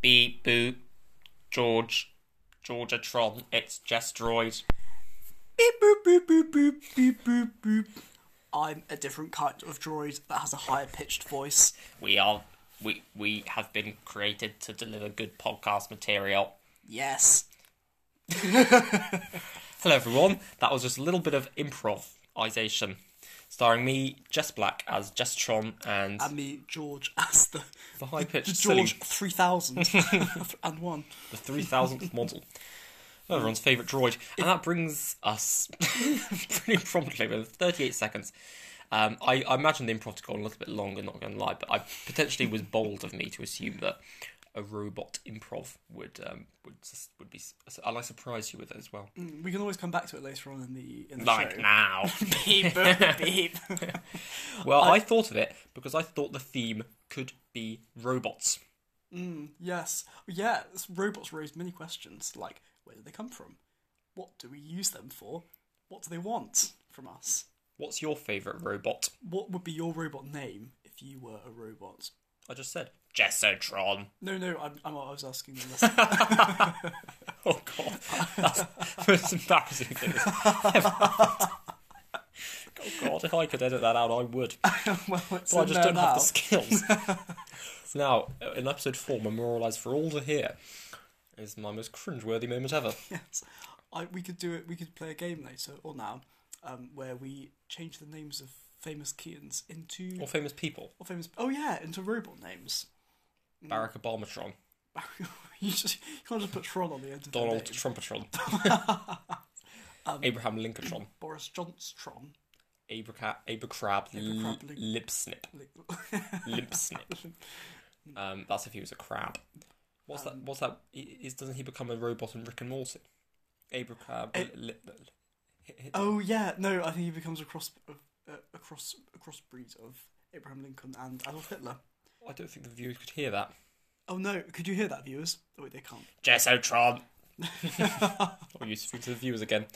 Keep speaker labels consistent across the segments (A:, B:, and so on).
A: Beep boop. George. Georgiatron. It's just droid.
B: Beep boop boop boop boop beep boop boop. I'm a different kind of droid that has a higher pitched voice.
A: We are. We we have been created to deliver good podcast material.
B: Yes.
A: Hello everyone. That was just a little bit of improvisation, starring me, Jess Black as Jess Tron, and
B: And me, George, as the,
A: the high pitched silly,
B: George 3000 and one.
A: the three thousandth model, everyone's favourite droid, and that brings us pretty promptly with thirty eight seconds. Um, I, I imagine the improv to go on a little bit longer, not going to lie, but I potentially was bold of me to assume that a robot improv would um, would s- would be. s- And I surprise you with it as well.
B: We can always come back to it later on in the in the
A: Like
B: show.
A: now.
B: Beep boop beep.
A: Well, I... thought of it because I thought the theme could be robots.
B: yes. Yeah, s- robots raise many questions like where do they come from? What do we use them for? What do they want from us?
A: What's your favourite robot?
B: What would be your robot name if you were a robot?
A: I just said Jessotron.
B: No, no, I'm, I'm, I was asking the listener.
A: Oh god, that's the most embarrassing thing. that's ever happened. oh god, if I could edit that out, I would.
B: well, it's
A: But I
B: in
A: just
B: there
A: don't have
B: now.
A: the skills. now, in episode four, memorialised for all to hear, is my most cringeworthy moment ever.
B: Yes. I, we could do it. We could play a game later or now, um, where we change the names of famous Keans into
A: Or famous people,
B: or famous. Oh yeah, into robot names.
A: Barack Obamatron,
B: you just you can't just put Tron on the end of the name.
A: Donald Trumpatron, Abraham Lincolntron.
B: Boris Johnstron.
A: Abracab, Abracrab,
B: Abracrab
A: l-
B: link.
A: lip snip, lip snip. Um, that's if he was a crab. What's that? What's that? i- Is doesn't he become a robot in Rick and Morty? Abracrab, li- lip. li-
B: oh yeah, no, I think he becomes a cross a, a cross a crossbreed of Abraham Lincoln and Adolf Hitler.
A: I don't think the viewers could hear that.
B: Oh no, could you hear that, viewers? Oh wait, they can't.
A: Jessotron. I'll use to the viewers again.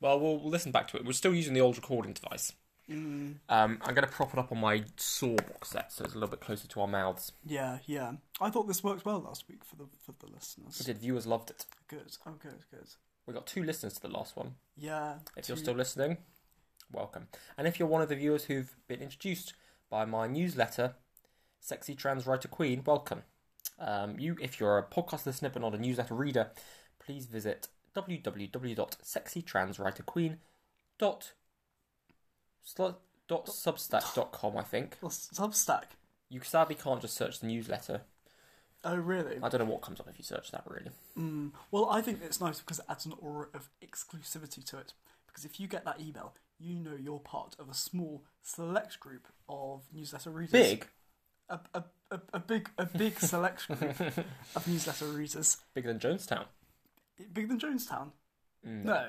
A: Well, we'll listen back to it. We're still using the old recording device.
B: Mm,
A: Um, I'm going to prop it up on my saw box set, so it's a little bit closer to our mouths.
B: Yeah, yeah. I thought this worked well last week for the for the listeners.
A: Did viewers loved it?
B: Good. Oh, good, good.
A: We got two listeners to the last one.
B: Yeah.
A: If you're
B: two-
A: still listening, welcome. And if you're one of the viewers who've been introduced by my newsletter, Sexy Trans Writer Queen, welcome. Um, you, if you're a podcast listener but not a newsletter reader, please visit www.sexytranswriterqueen.substack.com, I think.
B: Well, Substack.
A: You sadly can't just search the newsletter.
B: Oh, really?
A: I don't know what comes up if you search that, really.
B: Well, I think it's nice because it adds an aura of exclusivity to it. Because if you get that email, you know you're part of a small, select group of newsletter readers.
A: Big,
B: A, a, a, a big, a big select group of newsletter readers.
A: bigger than Jonestown. Mm,
B: Bigger than Jonestown? No.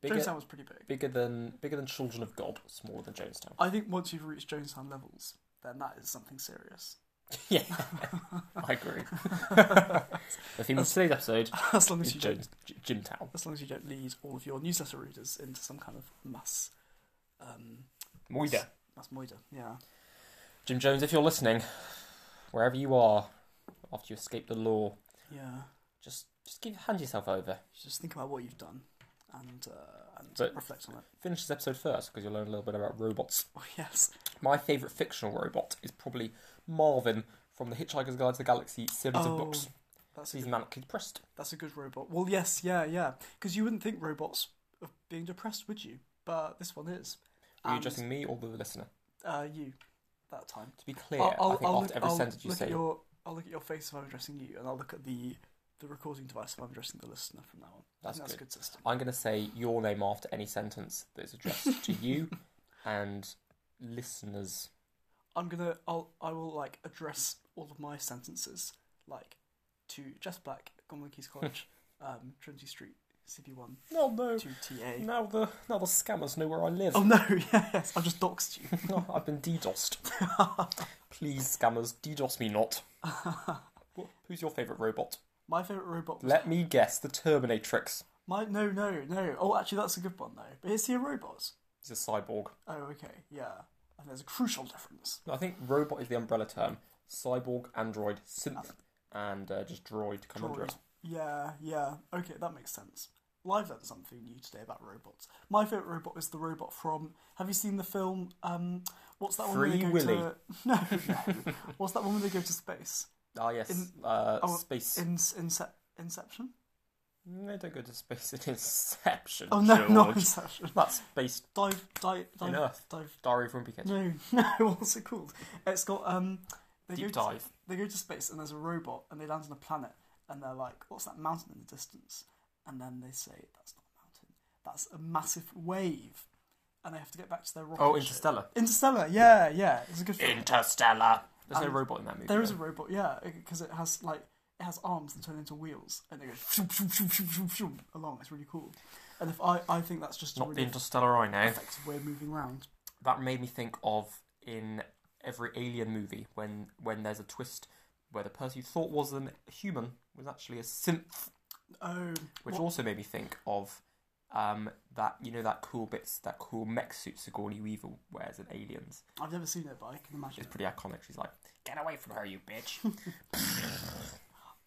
A: Bigger-
B: Jonestown was pretty big.
A: Bigger than bigger than Children of God, smaller than Jonestown.
B: I think once you've reached Jonestown levels, then that is something serious.
A: Yeah, I agree. the theme of today's episode
B: As long
A: is
B: as you don't
A: Jones, G- Jim Town.
B: as long as you don't lead all of your newsletter readers into some kind of mass um,
A: Moida.
B: mass moider. Yeah.
A: Jim Jones, if you're listening, wherever you are, after you escape the law,
B: Yeah.
A: just just give hand yourself over.
B: You just think about what you've done and uh, and
A: But-
B: reflect on it.
A: Finish this episode first because you'll learn a little bit about robots.
B: Oh, yes.
A: My favourite fictional robot is probably Marvin from the Hitchhiker's Guide to the Galaxy series
B: Oh,
A: of books.
B: That's a,
A: He's
B: good,
A: manically depressed.
B: that's a good robot. Well, yes, yeah, yeah. Because you wouldn't think robots of being depressed, would you? But this one is.
A: Are you
B: And,
A: addressing me or the listener?
B: uh, you that time.
A: To be clear, I think after every
B: I'll
A: sentence you
B: look at
A: say,
B: your, I'll look at your face if I'm addressing you, and I'll look at the the recording device if I'm addressing the listener from now on. I
A: That's
B: think
A: good.
B: a good system.
A: I'm going to say your name after any sentence that is addressed to you and listeners.
B: I'm gonna I'll I will like address all of my sentences like to Jess Black, Gomlin Keys College, um, Trinity Street, CP one,
A: Oh no!
B: to TA.
A: Now the now the scammers know where I live.
B: Oh no, yes, I've just doxed you.
A: Oh, I've been DDoSed. Please, scammers, DDoS me not. Wh- Who's your favourite robot?
B: My favourite robot was
A: Let me guess, the Terminatrix.
B: my no no no. Oh actually that's a good one though. But is he a robot?
A: He's a cyborg.
B: Oh okay, yeah. And there's a crucial difference.
A: I think robot is the umbrella term. Cyborg, android, synth, and uh, just droid to come under it.
B: Droid. Yeah, yeah. Okay, that makes sense. Well, I've learned something new today about robots. My favourite robot is the robot from. Have you seen the film? Um, what's that one? where they
A: Free
B: go
A: Willy.
B: To, no, no. what's that one where they go to space?
A: Ah, yes.
B: In-
A: uh,
B: oh,
A: space.
B: In, incep Inception?
A: No, don't go to space in Inception.
B: Oh no,
A: George.
B: not Inception.
A: That's space
B: Dive, dive, dive,
A: in Earth.
B: dive.
A: Diary from a Wimpy Kid.
B: No, no. What's it called? It's got um. They
A: Deep
B: go to-
A: dive.
B: they go to space and there's a robot and they land on a planet and they're like, what's that mountain in the distance? And then they say, that's not a mountain, that's a massive wave. And they have to get back to their rocket.
A: Oh,
B: ship.
A: Interstellar.
B: Interstellar, yeah, yeah. It's a good film.
A: Interstellar. There's no
B: Um,
A: robot in that movie.
B: there is a
A: though.
B: robot, yeah, because it has like it has arms that turn into wheels and they go shoom, shoom, shoom, shoom, shoom, shoom along. It's really cool. And if I, I think that's just a
A: Not the
B: really
A: Interstellar I know.
B: effective way of moving around.
A: That made me think of in every Alien movie when when there's a twist where the person you thought was a human was actually a synth,
B: Oh,
A: which
B: what-
A: also made me think of um, that you know that cool bits that cool mech suit Sigourney Weaver wears in Aliens.
B: I've never seen it, but I can imagine.
A: It's
B: it.
A: pretty iconic. She's like, "Get away from her, you bitch."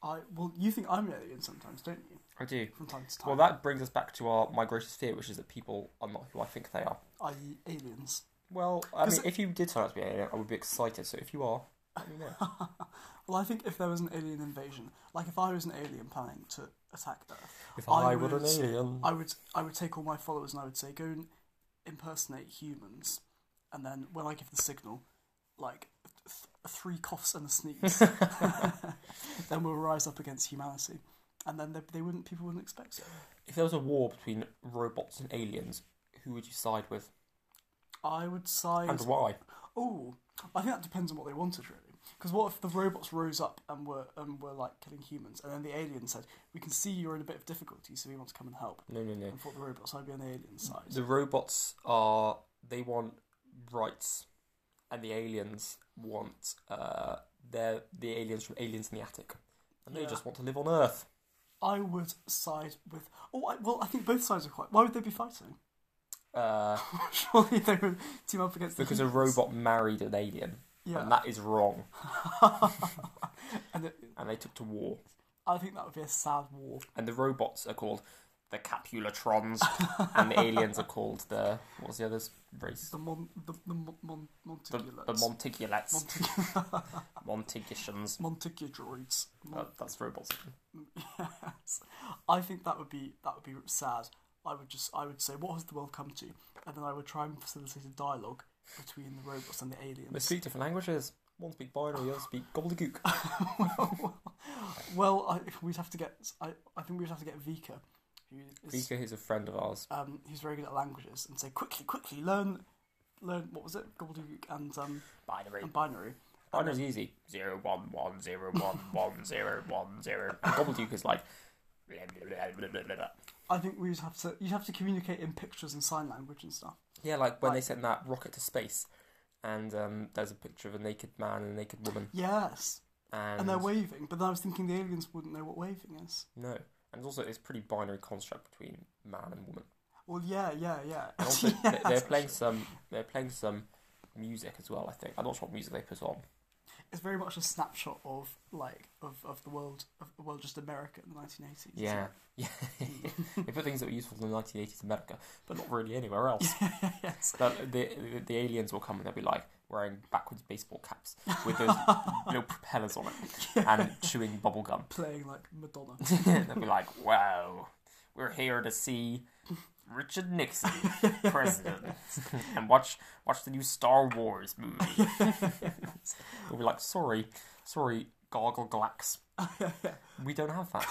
B: I well, you think I'm alien sometimes, don't you?
A: I do.
B: From time to time.
A: Well, that brings us back to our my greatest fear, which is that people are not who I think they are.
B: i.e., aliens.
A: Well, I
B: 'Cause-
A: mean, if you did turn out to be an alien, I would be excited. So if you are, let me know.
B: Well, I think if there was an alien invasion, like if I was an alien planning to attack Earth,
A: If
B: I
A: I, were an
B: would-
A: alien,
B: I would I would take all my followers and I would say go and impersonate humans, and then when I give the signal, like th- three coughs and a sneeze, then we'll rise up against humanity, and then they, they wouldn't people wouldn't expect it.
A: if there was a war between robots and aliens, who would you side with,
B: I would side.
A: and why?
B: Oh, I think that depends on what they wanted, really. Because what if the robots rose up and were and were like killing humans, and then the aliens said, "We can see you're in a bit of difficulty, so we want to come and help."
A: No, no, no.
B: And for the robots, I'd be on the alien side.
A: The robots are they want rights, and the aliens want uh, they're the aliens from Aliens in the Attic, and they
B: Yeah.
A: just want to live on Earth.
B: I would side with. Oh, I, well, I think both sides are quite. Why would they be fighting?
A: Uh,
B: Surely they would team up against the
A: because a
B: humans.
A: robot married an alien,
B: Yeah,
A: and that is wrong,
B: and it,
A: and they took to war.
B: I think that would be a sad war.
A: And the robots are called the Capulatrons, and the aliens are called the what was the other race?
B: The mon the the mon, mon,
A: The,
B: monticulates.
A: the Montigulets,
B: Montic-
A: Montigicians.
B: monticudroids. Mon-
A: Uh, that's robots.
B: Yes. I think that would be that would be sad. I would just I would say what has the world come to, and then I would try and facilitate a dialogue between the robots and the
A: They
B: aliens.
A: speak different languages. One speak binary, the other speak gobbledygook.
B: well, I, we'd have to get I, I think we'd have to get Vika, who is
A: Vika is a friend of ours.
B: um who's very good at languages, and say quickly, quickly learn learn what was it gobbledygook and um
A: Binary.
B: and binary.
A: Binary's easy. Zero one one zero one one zero one zero. And gobbledygook is like. blah, blah, blah, blah, blah, blah, blah.
B: I think we'd have to you'd have to communicate in pictures and sign language and stuff.
A: Yeah, like when they sent that rocket to space, and um, there's a picture of a naked man and a naked woman,
B: Yes,
A: and,
B: and they're waving, but then I was thinking the aliens wouldn't know what waving is.
A: no, and also it's pretty binary construct between man and woman.
B: Well, yeah, yeah, yeah.
A: And also,
B: Yeah,
A: they, they're
B: that's
A: playing
B: actually-
A: some. They're playing some music as well. I think I'm not sure what music they put on.
B: It's very much a snapshot of like of, of the world of well, just America in the nineteen eighties.
A: Yeah, yeah. they put things that were useful in 1980s America, but not really anywhere else.
B: yes.
A: That the, the the aliens will come and they'll be like wearing backwards baseball caps with those little propellers on it and chewing bubble gum.
B: Playing like Madonna.
A: they'll be like, "Wow, we're here to see Richard Nixon president and watch watch the new Star Wars movie." we'll be like, "Sorry, sorry, Gargle Glax, we don't have that."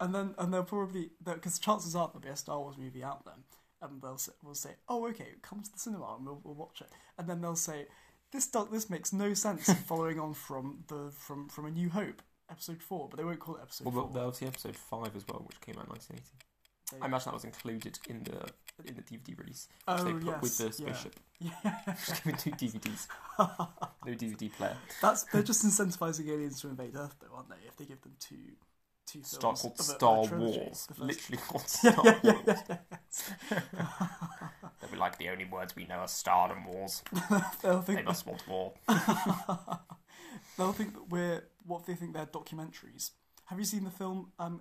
B: and then and they'll probably because chances are there'll be a Star Wars movie out then, and they'll say, we'll say, oh okay, come to the cinema and we'll, we'll watch it, and then they'll say, this do- this makes no sense, following on from the from from A New Hope episode four, but they won't call it episode
A: Well,
B: four.
A: there was the episode five as well, which came out in 1980.
B: They-
A: I imagine that was included in the in the DVD release, which
B: Oh,
A: they put with
B: yes,
A: the
B: yeah.
A: spaceship.
B: yeah.
A: Just give me two DVDs, no DVD player.
B: That's they're just incentivizing aliens to invade Earth, though, aren't they? If they give them two, two films
A: Star called
B: of a- of a
A: Star
B: trilogy,
A: Wars,
B: the first-
A: literally called
B: Yeah,
A: Star
B: yeah, yeah,
A: Wars.
B: yeah,
A: They'll be like the only words we know are star and wars.
B: They'll
A: They
B: think
A: must want war.
B: they'll think that we're what they think they're documentaries. Have you seen the film um,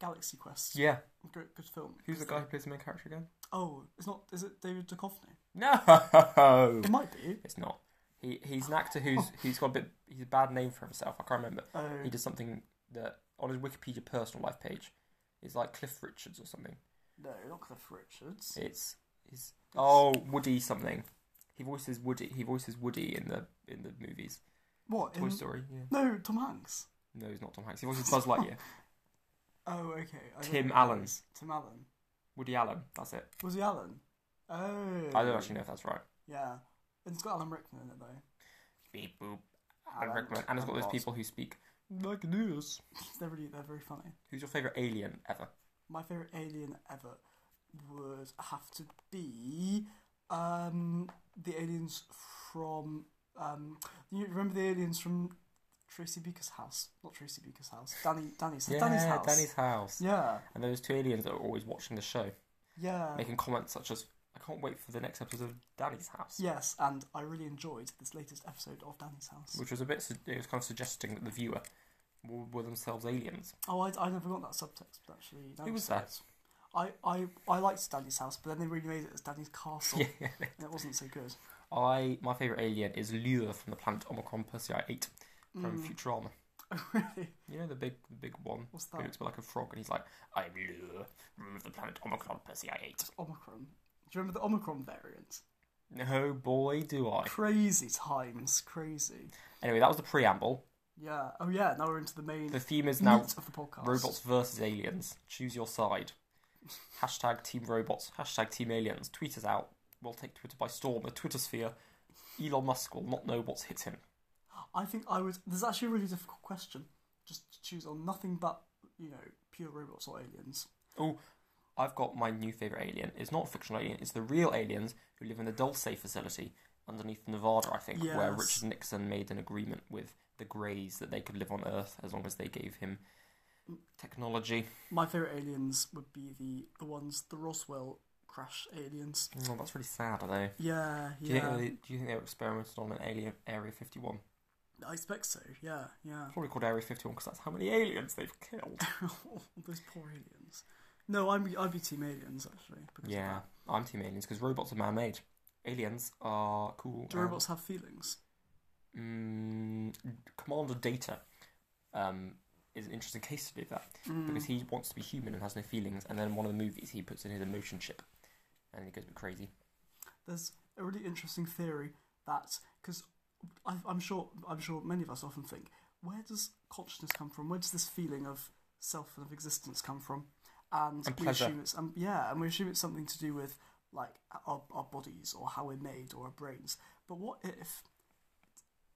B: Galaxy Quest?
A: Yeah.
B: Good, good film.
A: Who's the
B: It's
A: guy who plays the main character again?
B: Oh, it's not. Is it David Duchovny?
A: No,
B: It might be.
A: it's not. He he's an actor who's he's got a bit he's a bad name for himself. I can't remember.
B: Oh,
A: He does something that on his Wikipedia personal life page is like Cliff Richards or something.
B: no, not Cliff Richards.
A: It's his oh Woody something. He voices Woody. He voices Woody in the in the movies.
B: What?
A: Toy
B: in-
A: Story. Yeah.
B: No, Tom Hanks.
A: No, he's not Tom Hanks. He voices Buzz Lightyear.
B: Oh, okay. I don't
A: Tim
B: know who that
A: Allen.
B: is. Tim Allen.
A: Woody Allen. That's it.
B: Was he Allen? Oh.
A: I don't actually know if that's right.
B: Yeah. And it's got Alan Rickman in it, though.
A: Beep boop. Alan Rickman. And it's got those
B: Ross.
A: people who speak like this.
B: They're, really, they're very funny.
A: Who's your favorite alien ever?
B: My favourite alien ever would have to be um, the aliens from. Um, you remember the aliens from Tracy Beaker's house? Not Tracy Beaker's house. Danny, Danny's, Danny's
A: Yeah,
B: house.
A: Danny's house.
B: Yeah.
A: And those two aliens that are always watching the show,
B: Yeah.
A: making comments such as, "I can't wait for the next episode of Danny's house,"
B: Yes, and I really enjoyed this latest episode of Danny's House.
A: which was a bit. su- It was kind of suggesting that the viewer were, were themselves aliens.
B: Oh, I, I never got that subtext, but actually. now
A: Who
B: you
A: was
B: say
A: that?
B: it. I, I, I liked Danny's House, but then they remade it as Danny's Castle,
A: Yeah.
B: and it wasn't so good.
A: I my favorite alien is Lure from the planet Omicron Persei Eight from Futurama.
B: Oh, really?
A: You know the big the big one.
B: Mm. What's
A: He
B: that?
A: looks like a frog, and he's like, "I'm Lure from the planet Omicron Persei Eight.
B: Omicron. Do you remember the Omicron variant?
A: No boy, do I.
B: Crazy times, crazy.
A: Anyway, that was the preamble.
B: Yeah. Oh, yeah. Now we're into the main
A: The theme is now
B: meat of the podcast.
A: Robots versus aliens. Choose your side. Hashtag Team Robots. Hashtag Team Aliens. Tweet us out. We'll take Twitter by storm. The Twitter sphere. Elon Musk will not know what's hit him.
B: I think I would. There's actually a really difficult question. Just to choose on nothing but you know pure robots or aliens.
A: Oh, I've got my new favorite alien. It's not a fictional alien. It's the real aliens who live in the Dulce facility underneath Nevada, I think, where
B: Yes.
A: Richard Nixon made an agreement with the Greys that they could live on Earth as long as they gave him technology.
B: My favourite aliens would be the the ones the Roswell crash aliens.
A: Oh, that's really sad, though.
B: Yeah,
A: Do you,
B: yeah.
A: think they, do you think they were experimented on an alien Area 51?
B: I expect so. Yeah, yeah.
A: Probably called Area 51 because that's how many aliens they've killed.
B: Those poor aliens. No, I'm I'd be team aliens actually. Because of
A: Yeah,
B: that.
A: I'm Team Aliens because robots are man made. Aliens are cool.
B: Do
A: and-
B: robots have feelings?
A: Mm, Commander Data um, is an interesting case study of that because he wants to be human and has no feelings, and then in one of the movies he puts in his emotion chip and he goes a bit crazy.
B: There's a really interesting theory that because I'm sure I'm sure many of us often think where does consciousness come from? Where does this feeling of self and of existence come from? And,
A: And
B: we
A: pleasure.
B: assume it's um, yeah, and we assume it's something to do with like our, our bodies or how we're made or our brains. But what if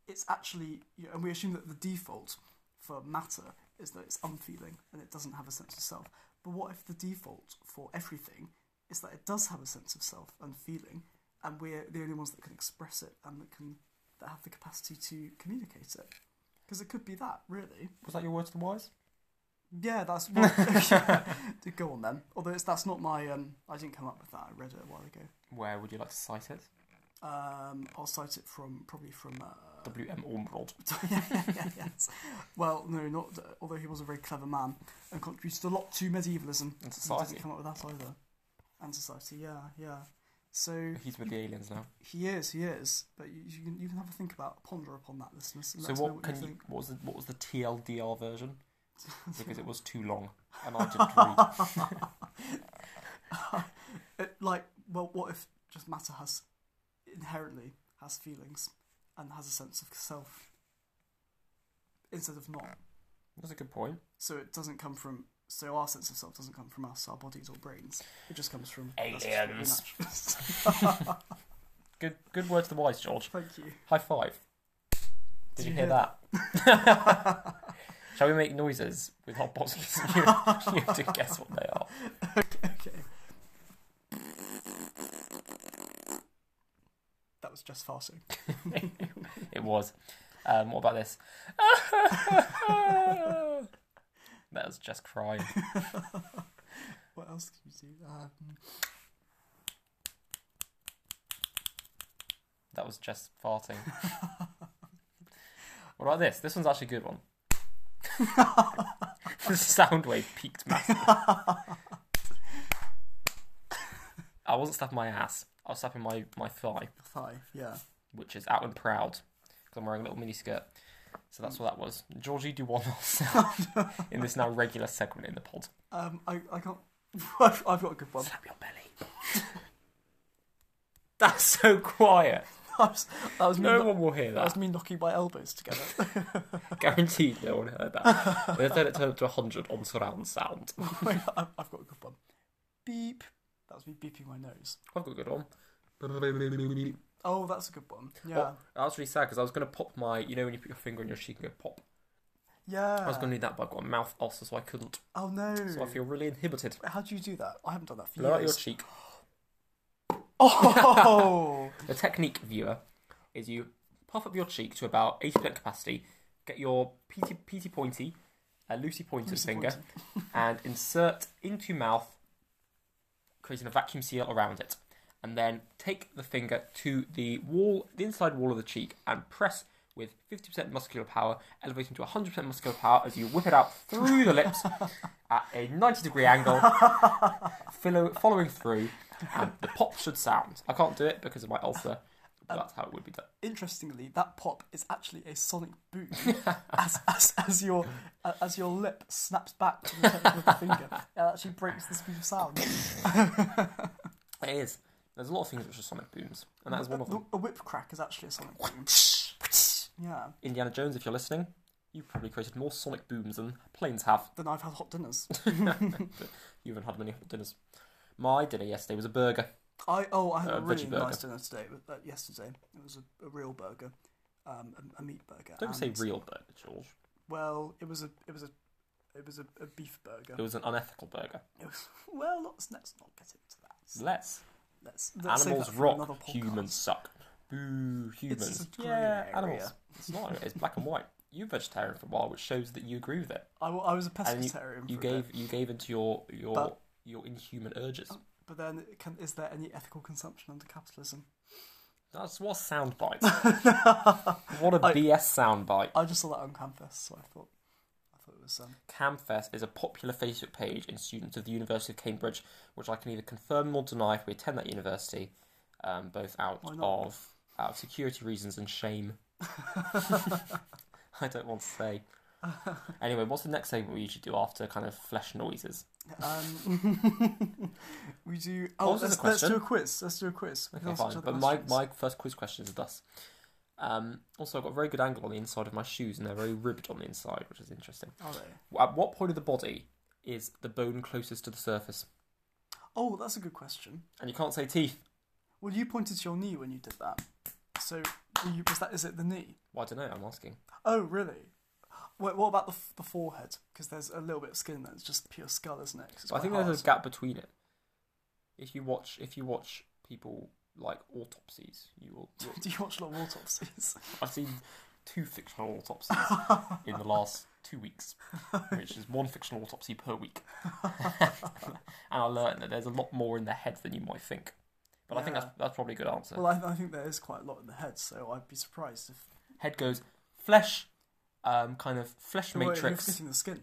B: it's actually you know, and we assume that the default for matter is that it's unfeeling and it doesn't have a sense of self. But what if the default for everything is that it does have a sense of self and feeling, and we're the only ones that can express it and that can that have the capacity to communicate it? Because it could be that really.
A: Was that your words to the wise?
B: Yeah, that's well, go on then. Although it's, that's not my um, I didn't come up with that. I read it a while ago.
A: Where would you like to cite it?
B: Um, I'll cite it from probably from. Uh,
A: W.M. Ormrod.
B: yeah, yeah, yeah, yes. Well, no, not. Although he was a very clever man and contributed a lot to medievalism.
A: And
B: He doesn't
A: society.
B: come up with that either. And society, yeah, yeah. So
A: He's with the aliens now.
B: he is, he is. But you, you can you can have a think about, ponder upon that, listeners. And
A: So
B: let us know
A: what,
B: what
A: can
B: you
A: you?
B: think.
A: What was the, what was the TLDR version? because it was too long, and I didn't read.
B: It, like, well, what if just matter has inherently has feelings and has a sense of self instead of not?
A: That's a good point.
B: So it doesn't come from. So our sense of self doesn't come from us, our bodies or brains. It just comes from that's just what we
A: Aliens.
B: naturally-
A: Good, good words to the wise, George.
B: Thank you.
A: High five. Did, you hear that? Shall we make noises with hot bottles? you, you have to guess what they are.
B: Okay. That was just farting.
A: It was. Um, what about this? that was just crying.
B: What else can you do? Um,
A: That was just farting. what about this? This one's actually a good one. the sound wave peaked massively. I wasn't slapping my ass. I was slapping my, my thigh,
B: Thigh, yeah.
A: which is out and proud, because I'm wearing a little mini skirt. So that's what that was. Georgie Duwanos in this now regular segment in the pod.
B: Um, I, I can't. I've, I've got a good one.
A: Slap your belly. that's so quiet.
B: That was, that was me
A: No
B: kno-
A: one will hear
B: that
A: that.
B: was me knocking my elbows together.
A: Guaranteed no one heard that. They've then it turned up to 100 on surround sound.
B: Wait, I've, I've got a good one. Beep. That was me beeping my nose.
A: I've got a good one.
B: Oh, that's a good one. Yeah.
A: Oh, that was really sad because I was going to pop my, you know, when you put your finger on your cheek and go pop.
B: Yeah.
A: I was going to do that, but I got a mouth ulcer, so I couldn't.
B: Oh no.
A: So I feel really inhibited.
B: How do you do that? I haven't done that for
A: Blow out your
B: years.
A: cheek.
B: Oh.
A: The technique, viewer, is you puff up your cheek to about 80% capacity, get your PT, PT pointy, uh, Lucy pointed
B: Lucy
A: finger, and insert into your mouth, creating a vacuum seal around it. And then take the finger to the wall, the inside wall of the cheek, and press with 50% muscular power, elevating to 100% muscular power as you whip it out through the lips at a 90 degree angle, follow, following through, and the pop should sound. I can't do it because of my ulcer, but that's how it would be done.
B: Interestingly, that pop is actually a sonic boom as, as, as your as your lip snaps back to the tip of the finger. It actually breaks the speed of sound.
A: It is. There's a lot of things which are sonic booms, and that is one of them.
B: A whip crack is actually a sonic boom. Yeah.
A: Indiana Jones, if you're listening, you've probably created more sonic booms than planes have.
B: Then I've had hot dinners.
A: You haven't had many dinners. My dinner yesterday was a burger.
B: I oh I had
A: Uh,
B: a
A: veggie
B: really
A: burger.
B: nice dinner today. But, uh, yesterday it was a, a real burger, um, a, a meat burger.
A: Don't say
B: and-
A: real burger, George.
B: Well, it was a it was a it was a, a beef burger.
A: It was an unethical burger.
B: It was- well, let's let's not get into that.
A: Let's.
B: Let's, let's save
A: animals
B: that for another
A: rock,
B: podcast.
A: humans suck. Boo, humans.
B: It's just a grey
A: yeah,
B: area.
A: animals. It's not. It's black and white. You were vegetarian for a while, which shows that you agree with it.
B: I, wa- I was a
A: And
B: pescatarian.
A: You
B: for a bit,
A: gave you gave into your your
B: But- Oh.
A: your inhuman urges.
B: but then can, is there any ethical consumption under capitalism?
A: That's what soundbite. what a BS soundbite.
B: I just saw that on campus, so I thought I thought it was um,
A: Camfest is a popular Facebook page in students of the University of Cambridge, which I can either confirm or deny if we attend that university, um, both out
B: Why not?
A: of out of security reasons and shame. I don't want to say.
B: um,
A: Anyway, what's the next segment we usually do after kind of flesh noises?
B: Um, we do. Oh,
A: was the
B: let's, let's do
A: question?
B: a quiz. Let's do a quiz. We can
A: Okay,
B: ask each
A: fine.
B: other
A: But my,
B: questions.
A: my first quiz question is thus. Um, also, I've got a very good angle on the inside of my shoes, and they're very ribbed on the inside, which is interesting.
B: Are they?
A: At what point of the body is the bone closest to the surface?
B: Oh, that's a good question.
A: And you can't say teeth.
B: Well, you pointed to your knee when you did that. So, were you, was that is it the knee?
A: Well, I don't know. I'm asking.
B: Oh, really? Wait, what about the f- the forehead? Because there's a little bit of skin there. It's just pure skull, isn't it? 'Cause it's
A: I
B: quite
A: think
B: hard.
A: there's a gap between it. If you watch, if you watch people like autopsies, you will. you'll-
B: Do you watch a lot of autopsies?
A: I've seen two fictional autopsies in the last two weeks, which is one fictional autopsy per week. and I learned that there's a lot more in the head than you might think. But I think that's that's probably a good answer.
B: well, I, I think there is quite a lot in the head, so I'd be surprised if
A: head goes flesh, um, kind of flesh
B: Well, You're
A: matrix.
B: forgetting the skin.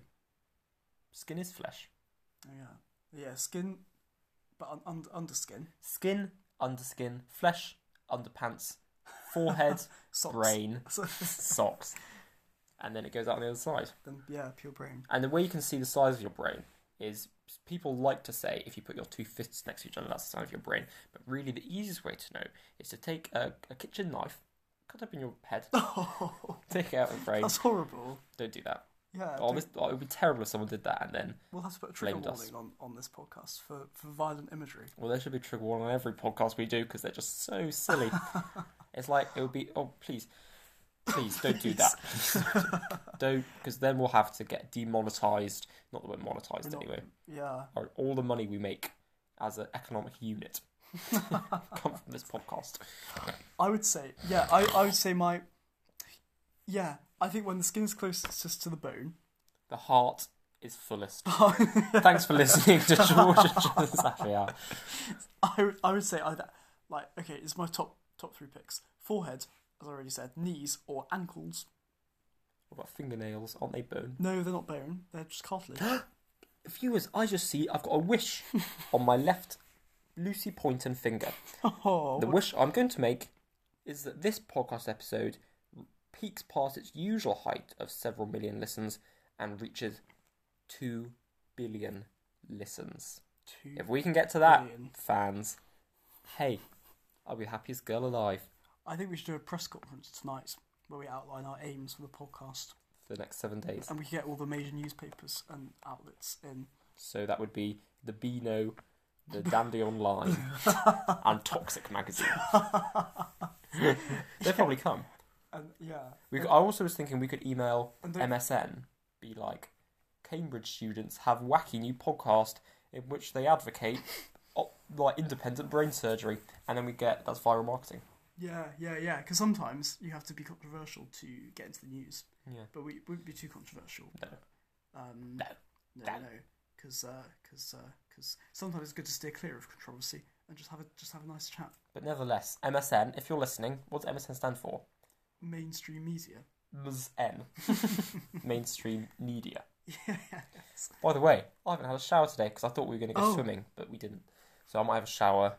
A: Skin is flesh.
B: Oh, yeah, yeah, skin, but un- under under skin,
A: Skin under skin, flesh underpants, forehead,
B: socks.
A: brain,
B: So-
A: socks, and then it goes out on the other side.
B: then yeah, pure brain.
A: And the way you can see the size of your brain is people like to say if you put your two fists next to each other, that's the size of your brain. But really, the easiest way to know is to take a, a kitchen knife, cut open your head,
B: Oh,
A: take out your brain.
B: that's horrible.
A: Don't do that.
B: Yeah,
A: Oh,
B: don't-
A: this, oh, it would be terrible if someone did that. And then,
B: we'll have to put a trigger
A: blamed us.
B: warning on, on this podcast for, for violent imagery.
A: well, there should be a trigger warning on every podcast we do because they're just so silly. it's like it would be. Oh, please, please don't do that. don't, because then we'll have to get demonetized. Not that we're monetized
B: We're not-
A: anyway.
B: Yeah,
A: or all the money we make as an economic unit
B: Oh,
A: come from this podcast.
B: I would say yeah. I, I would say my yeah. I think when the skin's closest to the bone.
A: The heart is fullest.
B: Oh.
A: Thanks for listening to George and Jonathan's Happy Hour.
B: I would, I would say either like okay, it's my top top three picks: forehead, as I already said, knees or ankles.
A: What about fingernails? Aren't they bone?
B: No, they're not bone. They're just cartilage.
A: Viewers, I just see I've got a wish on my left Lucy Poynton finger.
B: oh,
A: The wish I'm going to make is that this podcast episode peaks past its usual height of several million listens and reaches 2 billion listens.
B: two
A: If we can get to that,
B: billion.
A: fans, hey, I'll be the happiest girl alive
B: I think we should do a press conference tonight where we outline our aims for the podcast,
A: for the next seven days.
B: and we can get all the major newspapers and outlets in.
A: So that would be the Beano, the Dandy Online, and Toxic Magazine. They'll probably come.
B: And yeah,
A: We, I also was thinking we could email
B: And don't-
A: MSN, be like, Cambridge students have wacky new podcast in which they advocate op, like independent brain surgery, and then we get that's viral marketing.
B: yeah, yeah, yeah. Because sometimes you have to be controversial to get into the news,
A: Yeah,
B: but we wouldn't be too controversial.
A: no,
B: Um,
A: No.
B: no,
A: No.
B: no, uh, because because because sometimes it's good to steer clear of controversy and just have a just have a nice chat.
A: but nevertheless, MSN. If you're listening, what does MSN stand for?
B: Mainstream media.
A: MSN, mainstream media.
B: yes.
A: By the way, I haven't had a shower today because I thought we were going to go
B: Oh.
A: swimming, but we didn't. So I might have a shower.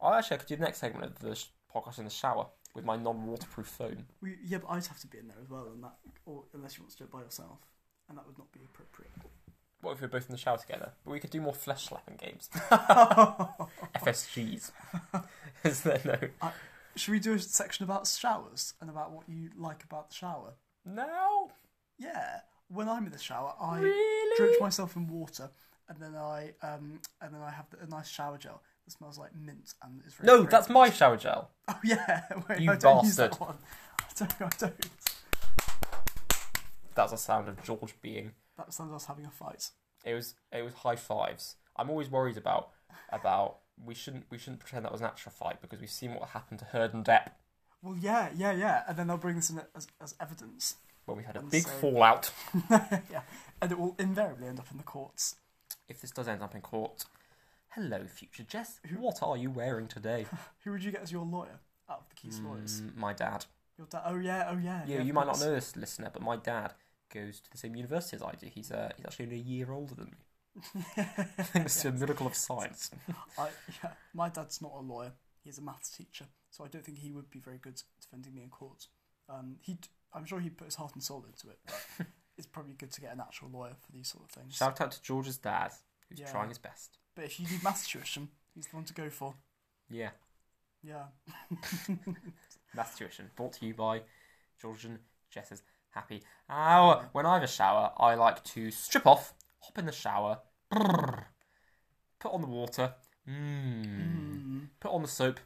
A: I actually I could do the next segment of the sh- podcast in the shower with my non-waterproof phone.
B: We, yeah, but I'd have to be in there as well, and that, or unless you want to do it by yourself, and that would not be appropriate.
A: What if we we're both in the shower together? But we could do more flesh slapping games. FSGs. Is there no?
B: Should we do a section about showers and about what you like about the shower?
A: No.
B: Yeah. When I'm in the shower, I
A: Really?
B: drench myself in water, and then I um and then I have a nice shower gel that smells like mint and is very
A: No,
B: fragrant.
A: that's my shower gel.
B: oh yeah. Wait,
A: You
B: I don't use that
A: bastard.
B: one. I don't. I don't.
A: That's a sound of George being.
B: That sounds like us having a fight.
A: It was. It was high fives. I'm always worried about about. We shouldn't. We shouldn't pretend that was an actual fight because we've seen what happened to Hurd and Depp
B: Well, yeah, yeah, yeah, and then they'll bring this in as, as evidence.
A: when we had a
B: And
A: big
B: so-
A: fallout.
B: yeah, and it will invariably end up in the courts.
A: if this does end up in court. Hello, future Jess. What are you wearing today?
B: Who would you get as your lawyer out of the Keys lawyers?
A: Mm, my dad.
B: Your dad? Oh yeah, oh yeah.
A: Yeah,
B: of
A: you might not
B: course.
A: know this, listener, but my dad goes to the same university as I do. He's uh, he's actually only a year older than me. Thanks to a miracle of science.
B: I, yeah, my dad's not a lawyer. He's a maths teacher, so I don't think he would be very good defending me in court. Um, he, I'm sure he'd put his heart and soul into it. But it's probably good to get an actual lawyer for these sort of things.
A: Shout out to George's dad, who's
B: Yeah.
A: trying his best.
B: But if you need maths tuition, he's the one to go for.
A: Yeah,
B: Yeah.
A: maths tuition brought to you by George and Jess's happy hour. When I have a shower, I like to strip off, hop in the shower, brrr, put on the water, mmm,
B: Mm.
A: put on the soap,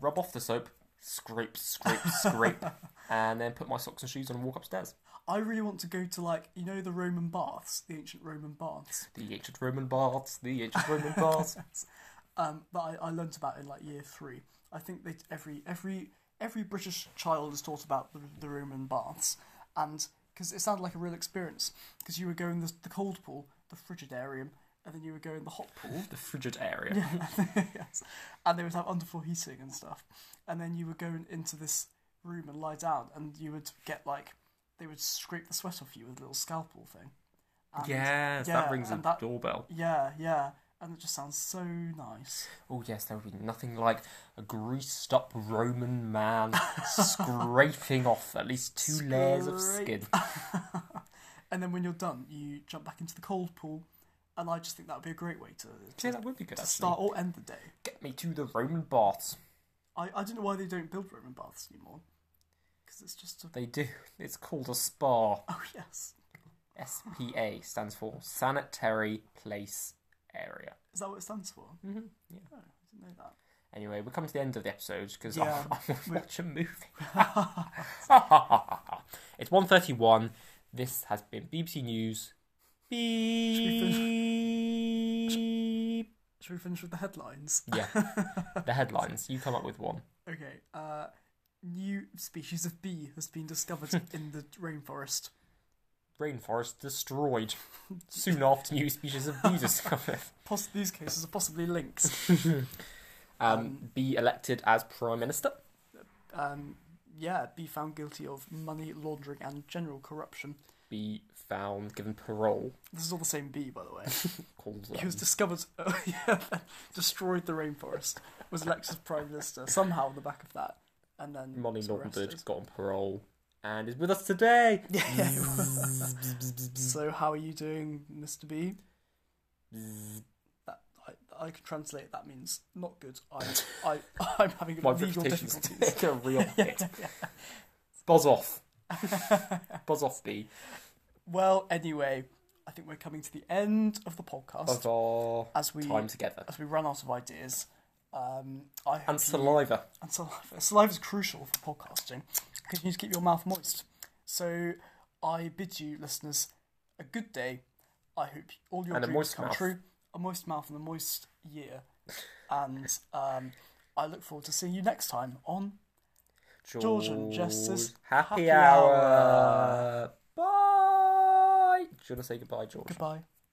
A: rub off the soap, scrape, scrape, scrape, and then put my socks and shoes on and walk upstairs.
B: I really want to go to like you know the Roman baths, the ancient Roman baths.
A: The ancient Roman baths, the ancient Roman baths.
B: um, that I, I learnt about in like year three. I think that every every every British child is taught about the, the Roman baths, and because it sounded like a real experience, because you would go in the, the cold pool, the frigidarium, and then you would go in the hot pool.
A: The frigid area.
B: yes, and they would have underfloor heating and stuff, and then you would go in, into this room and lie down, and you would get like they would scrape the sweat off you with a little scalpel thing. And-
A: Yes,
B: yeah,
A: that rings a
B: and that-
A: doorbell.
B: Yeah, yeah, and it just sounds so nice.
A: Oh, yes, there would be nothing like a greased up Roman man scraping off at least two layers of skin.
B: Scrape. and then when you're done, you jump back into the cold pool, and I just think that would be a great way to,
A: Yeah,
B: to,
A: that would be good.
B: to
A: Actually.
B: start or end the day.
A: Get me to the Roman baths.
B: I, I don't know why they don't build Roman baths anymore, because it's just a
A: They do. It's called a spa.
B: oh yes,
A: SPA stands for Sanitary Place Area.
B: is that what it stands for?
A: Mm-hmm. Yeah.
B: Oh, I didn't know that.
A: Anyway, we come to the end of the episode because
B: Yeah.
A: I, want to watch a movie. it's 1.31. This has been BBC News. Beep.
B: Should we finish with the headlines?
A: yeah, the headlines. You come up with one.
B: Okay. Uh, new species of bee has been discovered in the rainforest.
A: Rainforest destroyed soon after new species of bee discovered.
B: Poss- these cases are possibly linked.
A: Um, bee elected as prime minister.
B: Um, yeah, be found guilty of money laundering and general corruption.
A: Be found, given parole.
B: This is all the same bee, by the way.
A: Called
B: He was
A: um,
B: discovered, oh, yeah, destroyed the rainforest, was elected prime minister somehow on the back of that, and then
A: money
B: was
A: laundered,
B: arrested.
A: got on parole, and is with us today.
B: so how are you doing, Mr. B? That I, I can translate. That means not good. I I I'm having
A: My
B: legal
A: reputation's
B: difficulties.
A: a real hit. Buzz off. Buzz off, B.
B: Well, anyway, I think we're coming to the end of the
A: Buzz
B: podcast
A: off.
B: as we
A: Time together.
B: as we run out of ideas. Um, I hope
A: And
B: you-
A: saliva.
B: and saliva. Saliva is crucial for podcasting because you need to keep your mouth moist. So I bid you, listeners, a good day. I hope all your
A: And a
B: dreams
A: moist
B: come
A: mouth.
B: true. A moist mouth and a moist year. and um, I look forward to seeing you next time on George and Justice,
A: Happy,
B: happy
A: hour. Bye. Do you want to say goodbye, George?
B: Goodbye.